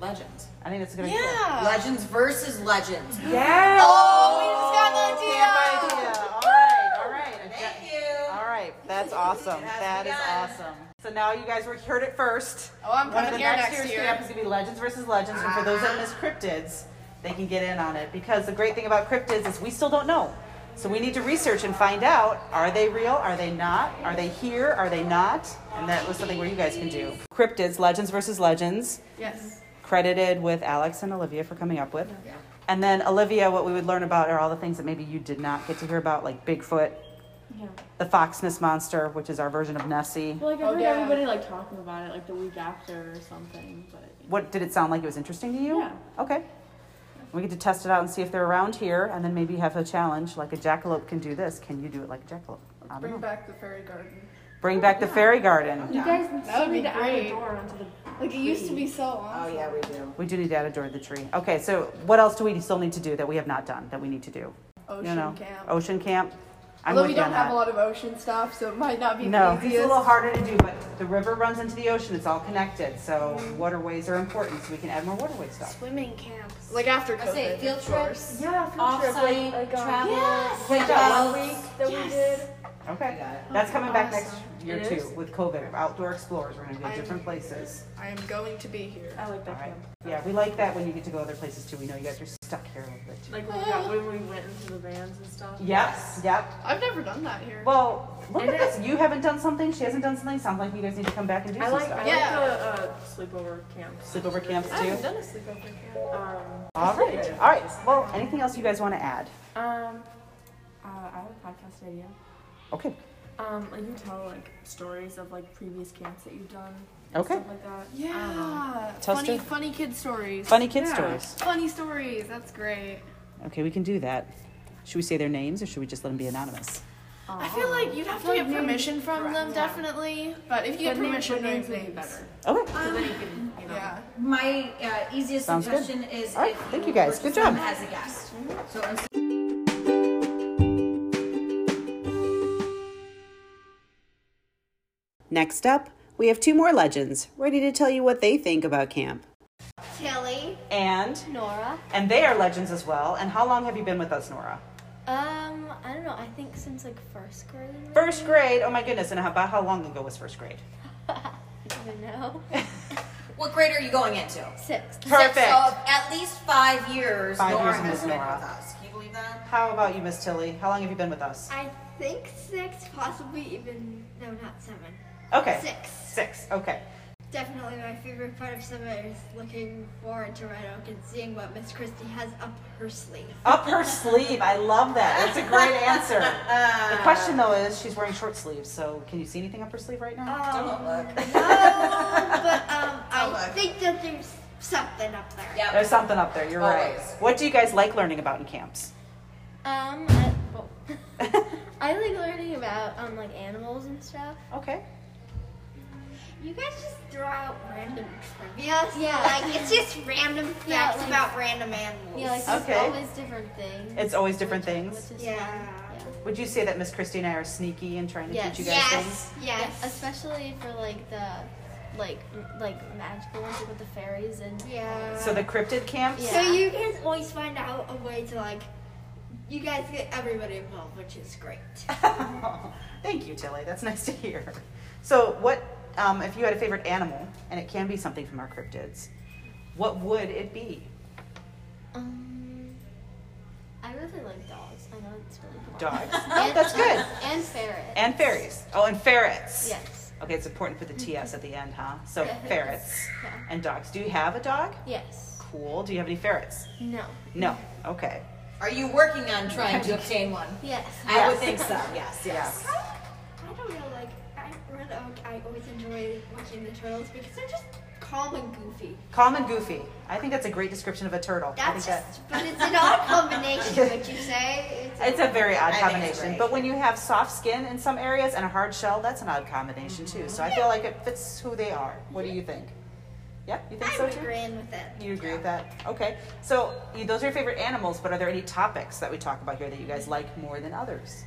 Speaker 2: legends.
Speaker 1: I think that's a good idea.
Speaker 8: Yeah.
Speaker 2: Legends versus legends.
Speaker 1: Yeah.
Speaker 8: Oh, we just got an idea.
Speaker 1: Camp idea. All right. All right. I got-
Speaker 2: Thank you.
Speaker 1: All right, that's awesome.
Speaker 2: has
Speaker 1: that is
Speaker 2: begun.
Speaker 1: awesome. So now you guys were heard it first.
Speaker 8: Oh, I'm
Speaker 1: One of
Speaker 8: coming
Speaker 1: the
Speaker 8: here
Speaker 1: next
Speaker 8: next
Speaker 1: year's
Speaker 8: year.
Speaker 1: camp is gonna be Legends versus Legends, and for those that miss cryptids, they can get in on it because the great thing about cryptids is we still don't know. So we need to research and find out: are they real? Are they not? Are they here? Are they not? And that was something where you guys can do cryptids, Legends versus Legends
Speaker 8: Yes.
Speaker 1: credited with Alex and Olivia for coming up with. And then Olivia, what we would learn about are all the things that maybe you did not get to hear about, like Bigfoot, the Fox Nest monster, which is our version of Nessie.
Speaker 7: Well, like I
Speaker 8: Oh,
Speaker 7: heard
Speaker 8: yeah.
Speaker 7: everybody like talking about it like the week after or something, but
Speaker 1: What did it sound like? It was interesting to you?
Speaker 7: Yeah.
Speaker 1: Okay. We get to test it out and see if they're around here, and then maybe have a challenge like a jackalope can do this. Can you do it like a jackalope? I don't
Speaker 8: Bring
Speaker 1: know.
Speaker 8: back the fairy garden.
Speaker 1: Bring back the fairy garden.
Speaker 7: you guys
Speaker 8: That would be
Speaker 7: need to add
Speaker 8: great.
Speaker 7: a door onto the
Speaker 8: Like it used to be so
Speaker 2: Oh
Speaker 8: awesome.
Speaker 2: yeah, we do.
Speaker 1: We do need to add a door to the tree. Okay, so what else do we still need to do that we have not done that we need to do?
Speaker 8: Ocean
Speaker 1: you know,
Speaker 8: camp.
Speaker 1: ocean camp. Oh, I'm
Speaker 8: Although
Speaker 1: with
Speaker 8: we
Speaker 1: you
Speaker 8: don't
Speaker 1: on
Speaker 8: have
Speaker 1: that.
Speaker 8: a lot of ocean stuff, so it might not be
Speaker 1: No,
Speaker 8: the
Speaker 1: it's a
Speaker 8: easiest.
Speaker 1: little harder to do, but the river runs into the ocean. It's all connected, so waterways are important. So we can add more waterway stuff.
Speaker 5: Swimming camps.
Speaker 8: Like after
Speaker 2: I
Speaker 8: COVID.
Speaker 2: say field
Speaker 8: of course.
Speaker 2: trips,
Speaker 7: yeah,
Speaker 2: offsite travel,
Speaker 1: Like
Speaker 2: camp
Speaker 1: that
Speaker 2: outs.
Speaker 7: that we did.
Speaker 1: Okay,
Speaker 2: Yeah.
Speaker 1: that's coming back next year
Speaker 7: It
Speaker 1: too
Speaker 7: is?
Speaker 1: with COVID. Outdoor explorers, we're gonna
Speaker 8: I'm-
Speaker 1: do different places.
Speaker 8: I am going to be here.
Speaker 7: I like
Speaker 1: All
Speaker 7: that
Speaker 1: right.
Speaker 7: camp.
Speaker 1: Yeah, we like that when you get to go other places too. We know you guys are stuck here a little bit too.
Speaker 7: Like when we, got, when we went into the vans and stuff.
Speaker 1: Yep, yep.
Speaker 8: I've never done that here.
Speaker 1: Well, look
Speaker 7: And
Speaker 1: at this. You haven't done something. She hasn't done something. Sounds like you guys need to come back and do
Speaker 7: I
Speaker 1: some
Speaker 7: like I
Speaker 1: stuff.
Speaker 8: Yeah.
Speaker 7: like the uh, sleepover camps.
Speaker 1: Sleepover camps
Speaker 8: I haven't
Speaker 1: too.
Speaker 8: done a sleepover camp.
Speaker 7: Um,
Speaker 1: All right, all right. Well, anything else you guys want to add?
Speaker 7: um, uh, I have a podcast idea.
Speaker 1: Okay.
Speaker 7: Um, like you tell like stories of like previous camps that you've done. and
Speaker 1: Okay.
Speaker 7: Stuff like that. I don't know.
Speaker 8: Yeah.
Speaker 1: Tell
Speaker 8: Funny,
Speaker 1: story-
Speaker 8: funny kid stories.
Speaker 1: Funny kid
Speaker 7: Yeah.
Speaker 1: stories.
Speaker 8: Funny stories. That's great.
Speaker 1: Okay, we can do that. Should we say their names or should we just let them be anonymous?
Speaker 8: I feel like you'd have to get permission from them, definitely. But if you get
Speaker 7: But names-
Speaker 8: permission,
Speaker 7: but
Speaker 8: no
Speaker 7: names would be
Speaker 8: names.
Speaker 7: better.
Speaker 1: Okay.
Speaker 7: So then you can, you know.
Speaker 8: Yeah.
Speaker 2: My uh, easiest
Speaker 1: Sounds good.
Speaker 2: suggestion is
Speaker 1: All right,
Speaker 2: if
Speaker 1: thank you guys. Good
Speaker 2: purchase
Speaker 1: job.
Speaker 2: them As a guest. So instead
Speaker 6: Next up, we have two more legends ready to tell you what they think about camp.
Speaker 4: Tilly,
Speaker 1: And
Speaker 4: Nora.
Speaker 1: and they are legends as well. And how long have you been with us, Nora?
Speaker 4: Um, I don't know. I think since like first grade.
Speaker 1: First grade. Oh my goodness. And how about how long ago was first grade?
Speaker 4: I don't know.
Speaker 2: What grade are you going into?
Speaker 4: Sixth.
Speaker 1: Perfect.
Speaker 2: So at least five years.
Speaker 1: Five
Speaker 2: Nora
Speaker 1: years in
Speaker 2: has
Speaker 1: this
Speaker 2: been
Speaker 1: Nora.
Speaker 2: with us. Can you believe that?
Speaker 1: How about you, Miss Tilly? How long have you been with us?
Speaker 4: I think six, possibly even no, not seven.
Speaker 1: Okay.
Speaker 4: Six.
Speaker 1: Six. Okay.
Speaker 4: Definitely my favorite part of summer is looking forward to Red Oak and seeing what Miss Christie has up her sleeve.
Speaker 1: Up her sleeve. I love that. That's a great answer. The question though is she's wearing short sleeves, so can you see anything up her sleeve right now?
Speaker 4: Um,
Speaker 2: Don't Uh, oh, look.
Speaker 4: no, but um,
Speaker 2: Oh,
Speaker 4: I
Speaker 2: look.
Speaker 4: think that there's something up there.
Speaker 2: Yep.
Speaker 1: There's something up there. You're right.
Speaker 2: Always.
Speaker 1: What do you guys like learning about in camps?
Speaker 4: Um, I, well, I like learning about um like animals and stuff.
Speaker 1: Okay.
Speaker 4: You guys just throw out random trivia. Yeah, like it's just random facts about random animals. Yeah, like
Speaker 1: there's Okay. always
Speaker 4: different things.
Speaker 1: It's always different things.
Speaker 4: yeah.
Speaker 1: Would you say that Miss Christie and I are sneaky and trying to teach you guys things?
Speaker 4: Yes. Yes. Especially for like the like like magical ones with the fairies and yeah.
Speaker 1: So the cryptid camps?
Speaker 4: So you guys always find out a way to like You guys get everybody involved, which is great.
Speaker 1: Thank you, Tilly. That's nice to hear. So, what um, if you had a favorite animal, and it can be something from our cryptids? What would it be?
Speaker 4: Um, I really like dogs. I know it's really boring.
Speaker 1: Dogs. Oh, that's good.
Speaker 4: And ferrets.
Speaker 1: And fairies. Oh, and ferrets.
Speaker 4: Yes.
Speaker 1: Okay, it's important to put the TS at the end, huh? So
Speaker 4: Yes.
Speaker 1: ferrets
Speaker 4: Yeah.
Speaker 1: and dogs. Do you have a dog?
Speaker 4: Yes.
Speaker 1: Cool. Do you have any ferrets?
Speaker 4: No.
Speaker 1: No. Okay.
Speaker 2: Are you working on trying to obtain one?
Speaker 4: Yes.
Speaker 2: I would think so. Yes, yes.
Speaker 4: I don't know, like, I really, like, I always enjoy watching the turtles because they're just calm and goofy.
Speaker 1: Calm and goofy. I think that's a great description of a turtle. I think
Speaker 4: That's
Speaker 1: that-
Speaker 4: just, but it's an odd combination, would you say?
Speaker 1: It's a very odd
Speaker 2: I think it's
Speaker 1: combination.
Speaker 2: great.
Speaker 1: But when you have soft skin in some areas and a hard shell, that's an odd combination too.
Speaker 4: Mm-hmm.
Speaker 1: So I feel like it fits who they are. What do you think? Yep, you think
Speaker 4: I
Speaker 1: so
Speaker 4: would
Speaker 1: too?
Speaker 4: agree with it.
Speaker 1: You agree with that? Okay. So you, those are your favorite animals, but are there any topics that we talk about here that you guys like more than others?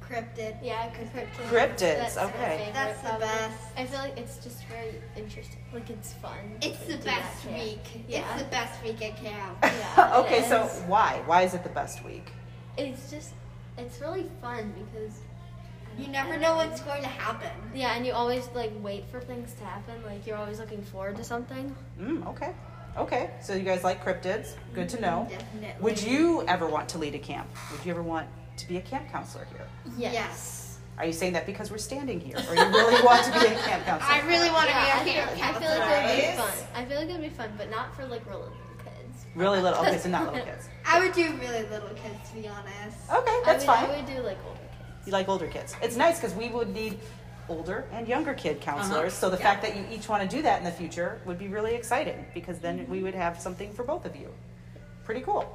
Speaker 10: Cryptid.
Speaker 4: Yeah, cryptids.
Speaker 1: Cryptids,
Speaker 4: That's my
Speaker 1: okay.
Speaker 4: favorite,
Speaker 10: That's the
Speaker 4: probably.
Speaker 10: best.
Speaker 4: I feel like it's just very interesting. Like it's fun.
Speaker 10: It's
Speaker 4: to
Speaker 10: the
Speaker 4: do
Speaker 10: best
Speaker 4: that, yeah.
Speaker 10: week.
Speaker 4: Yeah.
Speaker 10: It's the best week at camp.
Speaker 4: Yeah, it
Speaker 1: okay, so
Speaker 4: is.
Speaker 1: why? Why is it the best week?
Speaker 4: it's just it's really fun because
Speaker 10: You never know what's going to happen.
Speaker 4: yeah, and you always like wait for things to happen. Like you're always looking forward to something.
Speaker 1: Mm, okay. Okay. So you guys like cryptids. Good to know.
Speaker 10: Definitely.
Speaker 1: Would you ever want to lead a camp? Would you ever want to be a camp counselor here?
Speaker 10: Yes.
Speaker 1: Are you saying that because we're standing here, or you really want to be a camp counselor?
Speaker 10: I really want to
Speaker 4: Yeah, I
Speaker 10: be a
Speaker 4: feel, I
Speaker 10: camp
Speaker 4: feel like it would be
Speaker 2: Nice.
Speaker 4: fun. I feel like it would be fun, but not for like real little kids.
Speaker 1: really little. Okay, so not little kids.
Speaker 10: I would do really little kids, to be honest.
Speaker 1: Okay, that's
Speaker 4: I would,
Speaker 1: fine.
Speaker 4: I would do like older kids.
Speaker 1: You like older kids. It's nice because we would need older and younger kid counselors. So the fact that you each want to do that in the future would be really exciting because then we would have something for both of you. Pretty cool.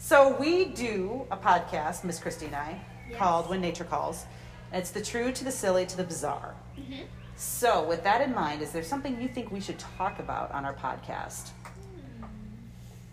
Speaker 1: So we do a podcast, Miss Christie and I, called When Nature Calls. And it's the true to the silly to the bizarre. So with that in mind, is there something you think we should talk about on our podcast?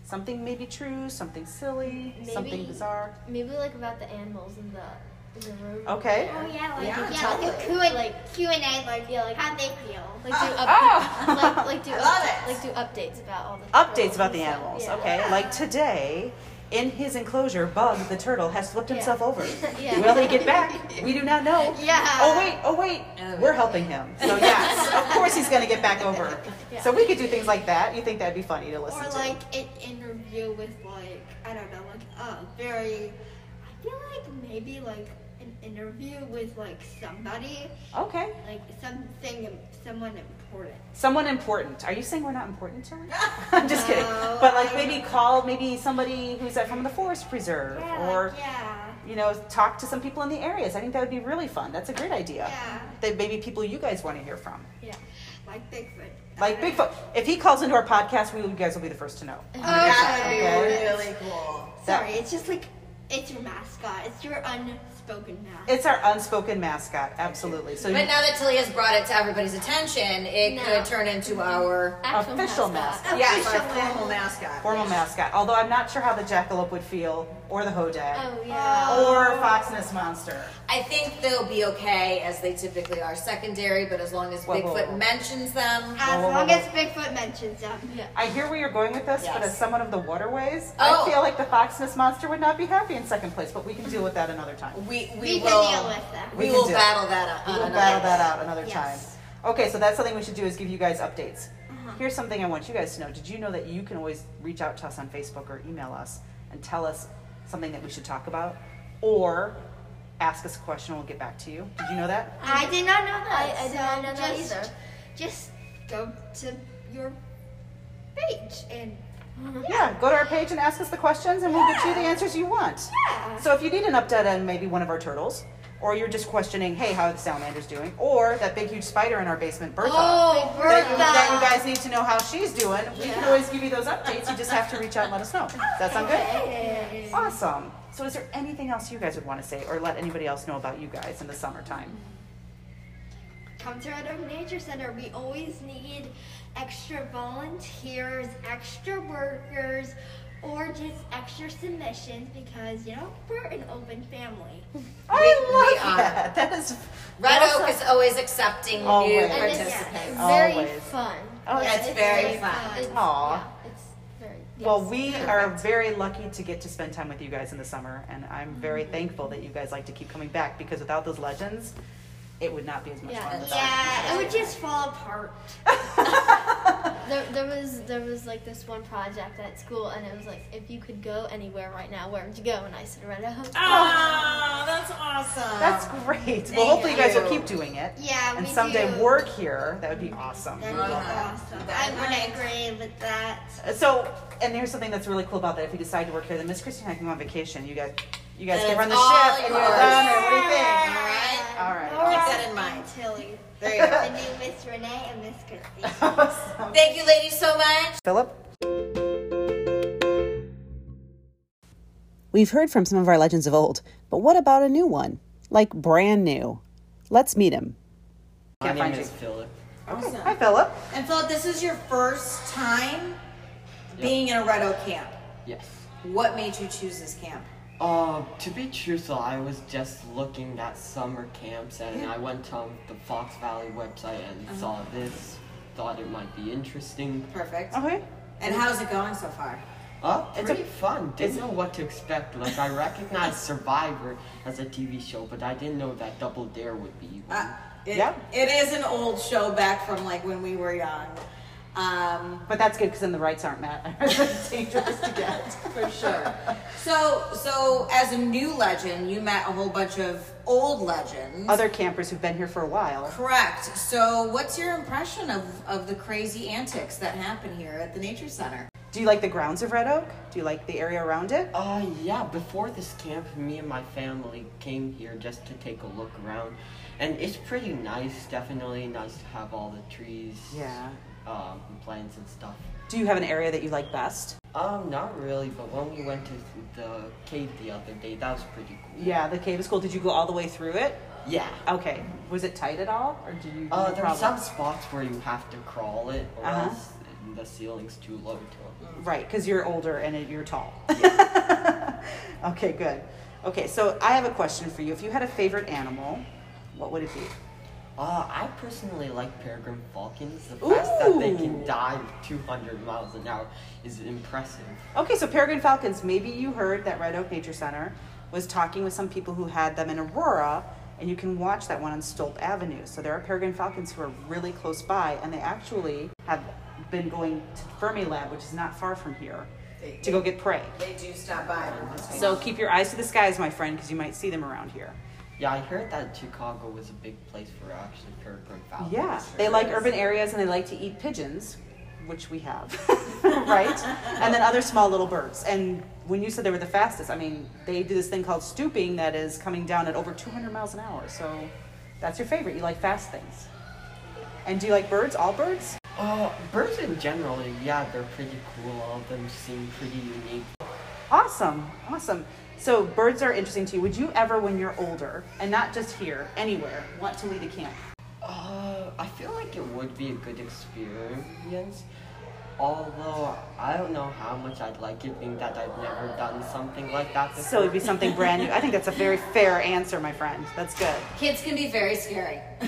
Speaker 1: Something maybe true, something silly, something
Speaker 4: Maybe-
Speaker 1: bizarre.
Speaker 4: Maybe like about the animals in the in the room.
Speaker 1: Okay.
Speaker 10: Oh, yeah, like,
Speaker 2: Yeah,
Speaker 10: yeah, like
Speaker 4: totally.
Speaker 10: a Q&A,
Speaker 4: Like-
Speaker 10: like, Q&A, like,
Speaker 4: Yeah, like-
Speaker 10: how they feel.
Speaker 4: Like do up, like, like do
Speaker 2: I love
Speaker 4: up-
Speaker 2: it.
Speaker 4: like do updates about all the
Speaker 1: updates
Speaker 4: turtles
Speaker 1: about
Speaker 4: and
Speaker 1: the
Speaker 4: stuff.
Speaker 1: animals.
Speaker 4: Yeah.
Speaker 1: Okay, like today, in his enclosure, Bug the turtle has flipped himself over.
Speaker 4: Yeah.
Speaker 1: Will he get back? We do not know.
Speaker 10: Yeah.
Speaker 1: Oh wait, oh wait, we're helping him. So yes, of course he's going to get back over. So we could do things like that. You think that'd be funny to listen
Speaker 10: Or,
Speaker 1: to?
Speaker 10: like, an interview with, like, I don't know, like, a very, I feel like maybe, like, an interview with, like, somebody,
Speaker 1: okay,
Speaker 10: like, something, someone important.
Speaker 1: someone important. Are you saying we're not important to him? I'm just kidding. But like maybe call maybe somebody who's at- from the forest preserve
Speaker 10: Yeah,
Speaker 1: or.
Speaker 10: yeah.
Speaker 1: You know, talk to some people in the areas. I think that would be really fun. That's a great idea.
Speaker 10: Yeah.
Speaker 1: That maybe people you guys want to hear from.
Speaker 10: Like Bigfoot.
Speaker 1: Like Bigfoot. If he calls into our podcast, we you guys will be the first to know.
Speaker 2: That would be
Speaker 1: Okay.
Speaker 2: really cool.
Speaker 10: Sorry, it's just like it's your mascot. It's your unspoken mascot.
Speaker 1: It's our unspoken mascot. Absolutely. So
Speaker 2: But
Speaker 1: you-
Speaker 2: now that Tilly has brought it to everybody's attention, it could turn into our
Speaker 4: Actual
Speaker 1: official
Speaker 4: mascot.
Speaker 1: mascot.
Speaker 2: yes, our formal mascot.
Speaker 1: Formal mascot. Although I'm not sure how the jackalope would feel, or the hodag,
Speaker 4: Oh yeah.
Speaker 1: or Foxness monster.
Speaker 2: I think they'll be okay as they typically are secondary, but as long as
Speaker 1: Whoa, whoa,
Speaker 2: Bigfoot
Speaker 1: whoa.
Speaker 2: mentions them,
Speaker 10: as
Speaker 1: whoa, whoa,
Speaker 10: long
Speaker 1: whoa.
Speaker 10: as Bigfoot mentions them.
Speaker 1: I hear where you're going with this, but
Speaker 2: Yes.
Speaker 1: as someone of the waterways,
Speaker 2: Oh.
Speaker 1: I feel like the Foxness monster would not be happy in second place. But we can deal with that another time.
Speaker 2: we we,
Speaker 10: We can
Speaker 2: will
Speaker 10: deal with them.
Speaker 1: We
Speaker 2: we,
Speaker 1: can
Speaker 2: will
Speaker 1: do it.
Speaker 2: battle that out.
Speaker 1: We
Speaker 2: on
Speaker 1: will
Speaker 2: another
Speaker 1: battle
Speaker 2: day.
Speaker 1: that out another
Speaker 10: Uh, Yes. Uh-huh.
Speaker 1: time. Okay, so that's something we should do is give you guys updates. Here's something I want you guys to know. Did you know that you can always reach out to us on Facebook or email us and tell us something that we should talk about or ask us a question and we'll get back to you? Did you know that?
Speaker 10: I did not know that.
Speaker 4: I- I did
Speaker 10: so
Speaker 4: not know that
Speaker 10: just,
Speaker 4: either.
Speaker 10: Just go to your page and Mm-hmm.
Speaker 1: Yeah, go to our page and ask us the questions and we'll get you the answers you want.
Speaker 10: yeah.
Speaker 1: So if you need an update on maybe one of our turtles, or you're just questioning, hey, how are the salamander's doing, or that big huge spider in our basement, Bertha.
Speaker 10: Oh,
Speaker 1: that you,
Speaker 10: Bertha.
Speaker 1: that you guys need to know how she's doing, we can always give you those updates. You just have to reach out and let us know. Does that sound good? Awesome. So, is there anything else you guys would want to say or let anybody else know about you guys in the summertime?
Speaker 10: Come to our nature center. We always need extra volunteers, extra workers, or just extra submissions because you know we're an open family.
Speaker 1: I
Speaker 2: we
Speaker 1: love
Speaker 2: are.
Speaker 1: that. That is.
Speaker 2: Red
Speaker 1: Also-
Speaker 2: Oak is always accepting
Speaker 1: Always.
Speaker 2: new
Speaker 1: And
Speaker 4: And it's
Speaker 2: participants.
Speaker 4: very
Speaker 1: Always.
Speaker 4: fun.
Speaker 1: Oh,
Speaker 2: That's
Speaker 10: uh,
Speaker 1: it's-
Speaker 2: very fun.
Speaker 4: It's,
Speaker 1: Aw.
Speaker 4: yeah, it's very
Speaker 1: Well, we are very lucky to get to spend time with you guys in the summer, and I'm very thankful that you guys like to keep coming back because without those legends, it would not be as much fun. without
Speaker 10: Yeah, it would just fall apart.
Speaker 4: There, there was there was like this one project at school, and it was like if you could go anywhere right now, where would you go? And I said, right a
Speaker 2: Ah, that's awesome.
Speaker 1: That's great. Well, hopefully you guys will keep doing it.
Speaker 10: Yeah,
Speaker 1: And
Speaker 10: we
Speaker 1: someday
Speaker 10: do.
Speaker 1: work here. That would be awesome.
Speaker 10: That'd be awesome. I would agree with that.
Speaker 1: So, and here's something that's really cool about that. If you decide to work here, then Miss Christine and I can go on vacation. You guys, you guys
Speaker 2: And
Speaker 1: can run the
Speaker 2: it's all
Speaker 1: ship, and you're
Speaker 2: yours.
Speaker 1: done. And what do you
Speaker 2: All
Speaker 1: think?
Speaker 2: right.
Speaker 1: All right.
Speaker 10: All
Speaker 2: Keep
Speaker 10: right,
Speaker 2: that in mind.
Speaker 10: Tilly.
Speaker 2: There you go.
Speaker 10: The new Miss Renee and Miss Christine.
Speaker 1: Awesome.
Speaker 2: Thank you, ladies, so much.
Speaker 1: Philip.
Speaker 6: We've heard from some of our legends of old, but what about a new one? Like brand new. Let's meet him.
Speaker 11: My
Speaker 1: Can't find
Speaker 11: name
Speaker 1: you.
Speaker 11: is Philip.
Speaker 2: Oh,
Speaker 1: Okay. Hi, Philip.
Speaker 2: And Philip, this is your first time being in a Red Oak camp.
Speaker 11: Yes.
Speaker 2: What made you choose this camp?
Speaker 11: Um, to be truthful, I was just looking at summer camps and I went on the Fox Valley website and
Speaker 1: Uh-huh.
Speaker 11: saw this. Thought it might be interesting.
Speaker 2: Perfect.
Speaker 1: Okay.
Speaker 2: And how's it going so far?
Speaker 11: Uh,
Speaker 1: It's
Speaker 11: it's
Speaker 1: a-
Speaker 11: pretty fun. Didn't
Speaker 1: it's-
Speaker 11: know what to expect. Like I recognized Survivor as a TV show, but I didn't know that Double Dare would be one.
Speaker 2: Uh, it,
Speaker 1: Yeah.
Speaker 2: it is an old show back from like when we were young. Um,
Speaker 1: But that's good because then the rights aren't met. it's dangerous to get.
Speaker 2: for sure. so, so as a new legend, you met a whole bunch of old legends.
Speaker 1: Other campers who've been here for a while.
Speaker 2: Correct. So, what's your impression of, of the crazy antics that happen here at the Nature Center?
Speaker 1: Do you like the grounds of Red Oak? Do you like the area around it?
Speaker 11: Uh, yeah, before this camp, me and my family came here just to take a look around. And it's pretty nice, definitely nice to have all the trees.
Speaker 1: Yeah.
Speaker 11: Um, and plants and stuff.
Speaker 1: Do you have an area that you like best?
Speaker 11: Um, not really, but when we went to the cave the other day, that was pretty cool.
Speaker 1: Yeah, the cave is cool. Did you go all the way through it?
Speaker 11: Yeah.
Speaker 1: Okay. Was it tight at all, or do you?
Speaker 11: Uh,
Speaker 1: no
Speaker 11: there are some
Speaker 1: problem?
Speaker 11: spots where you have to crawl it, or
Speaker 1: Uh-huh.
Speaker 11: else the ceiling's too low to
Speaker 1: Right, because you're older and it- you're tall. okay, good. Okay, so I have a question for you. If you had a favorite animal, what would it be?
Speaker 11: Uh, I personally like peregrine falcons. The fact that they
Speaker 1: Ooh.
Speaker 11: can dive 200 miles an hour is impressive.
Speaker 1: Okay, so peregrine falcons. Maybe you heard that Red Oak Nature Center was talking with some people who had them in Aurora, and you can watch that one on Stolt Avenue. So there are peregrine falcons who are really close by, and they actually have been going to Fermilab, which is not far from here,
Speaker 2: They-
Speaker 1: to go get prey.
Speaker 2: They do stop by.
Speaker 1: So keep your eyes to the skies, my friend, because you might see them around here.
Speaker 11: Yeah, I heard that Chicago was a big place for actually peregrine falcons.
Speaker 1: Yeah, they like urban areas and they like to eat pigeons, which we have, right? and then other small little birds. And when you said they were the fastest, I mean, they do this thing called stooping that is coming down at over 200 miles an hour. So that's your favorite. You like fast things. And do you like birds? All birds?
Speaker 11: Uh, birds in general, yeah, they're pretty cool. All of them seem pretty unique.
Speaker 1: Awesome, awesome. So birds are interesting to you. Would you ever, when you're older, and not just here, anywhere, want to lead a camp?
Speaker 11: Uh, I feel like it would be a good experience. Although I don't know how much I'd like it, being that I've never done something like that before.
Speaker 1: So it'd be something brand new. I think that's a very fair answer, my friend. That's good.
Speaker 2: Kids can be very scary.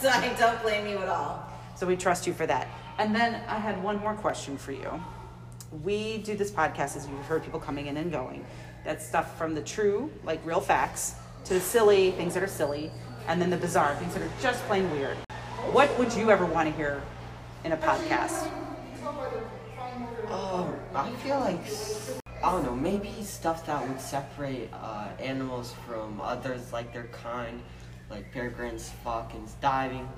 Speaker 2: so I don't blame you at all.
Speaker 1: So we trust you for that. And then I had one more question for you. We do this podcast as you've heard people coming in and going. That's stuff from the true, like real facts, to the silly, things that are silly, and then the bizarre, things that are just plain weird. What would you ever want to hear in a podcast?
Speaker 11: Um, I feel like s- I don't know. Maybe stuff that would separate uh, animals from others, like their kind, like peregrines, falcons diving,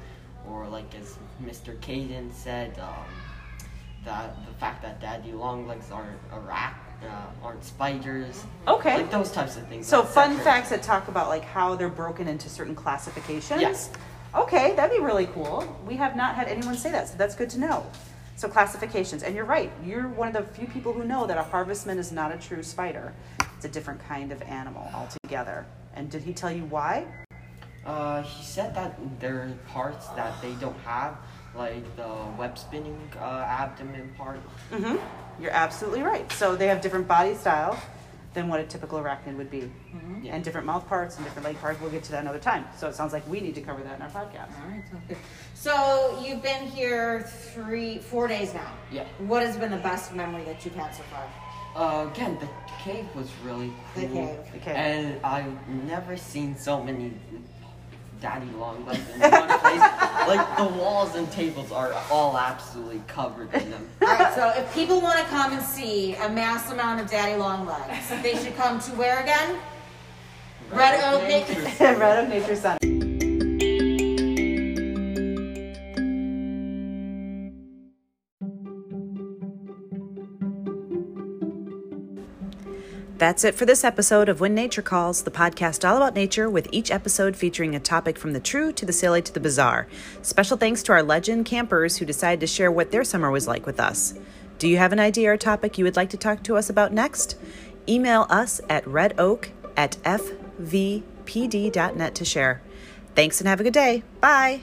Speaker 11: or like as Mr. Caden said, um, that the fact that daddy longlegs aren't a rat, uh, aren't spiders.
Speaker 1: Okay.
Speaker 11: Like those types of things.
Speaker 1: So
Speaker 11: that
Speaker 1: fun
Speaker 11: separate-
Speaker 1: facts that talk about like how they're broken into certain classifications.
Speaker 11: Yes.
Speaker 1: Okay, that'd be really cool. We have not had anyone say that, so that's good to know. So classifications, and you're right. You're one of the few people who know that a harvestman is not a true spider. It's a different kind of animal altogether. And did he tell you why?
Speaker 11: Uh, he said that there are parts that they don't have, like the web spinning uh, abdomen part.
Speaker 1: Mm-hmm. You're absolutely right. So they have different body style,
Speaker 12: than what a typical arachnid would be.
Speaker 2: Mhm.
Speaker 12: And different mouth parts and different leg parts. We'll get to that another time. So it sounds like we need to cover that in our podcast.
Speaker 2: All right, sounds good. So you've been here three, four days now.
Speaker 11: Yeah.
Speaker 2: What has been the best memory that you've had so far?
Speaker 11: Uh, again, the cave was really
Speaker 2: The
Speaker 11: cool.
Speaker 2: cave. The cave.
Speaker 11: And I've never seen so many daddy long legs in one place. Like the walls and tables are all absolutely covered in them.
Speaker 2: All right, so if people want to come and see a mass amount of daddy long legs, they should come to where again? Red Oak Nature Center.
Speaker 12: Red Oak Nature Center.
Speaker 1: That's it for this episode of When Nature Calls, the podcast all about nature, with each episode featuring a topic from the true to the silly to the bizarre. Special thanks to our legend campers who decided to share what their summer was like with us. Do you have an idea or topic you would like to talk to us about next? Email us at redoak at fvpd.net to share. Thanks and have a good day. Bye.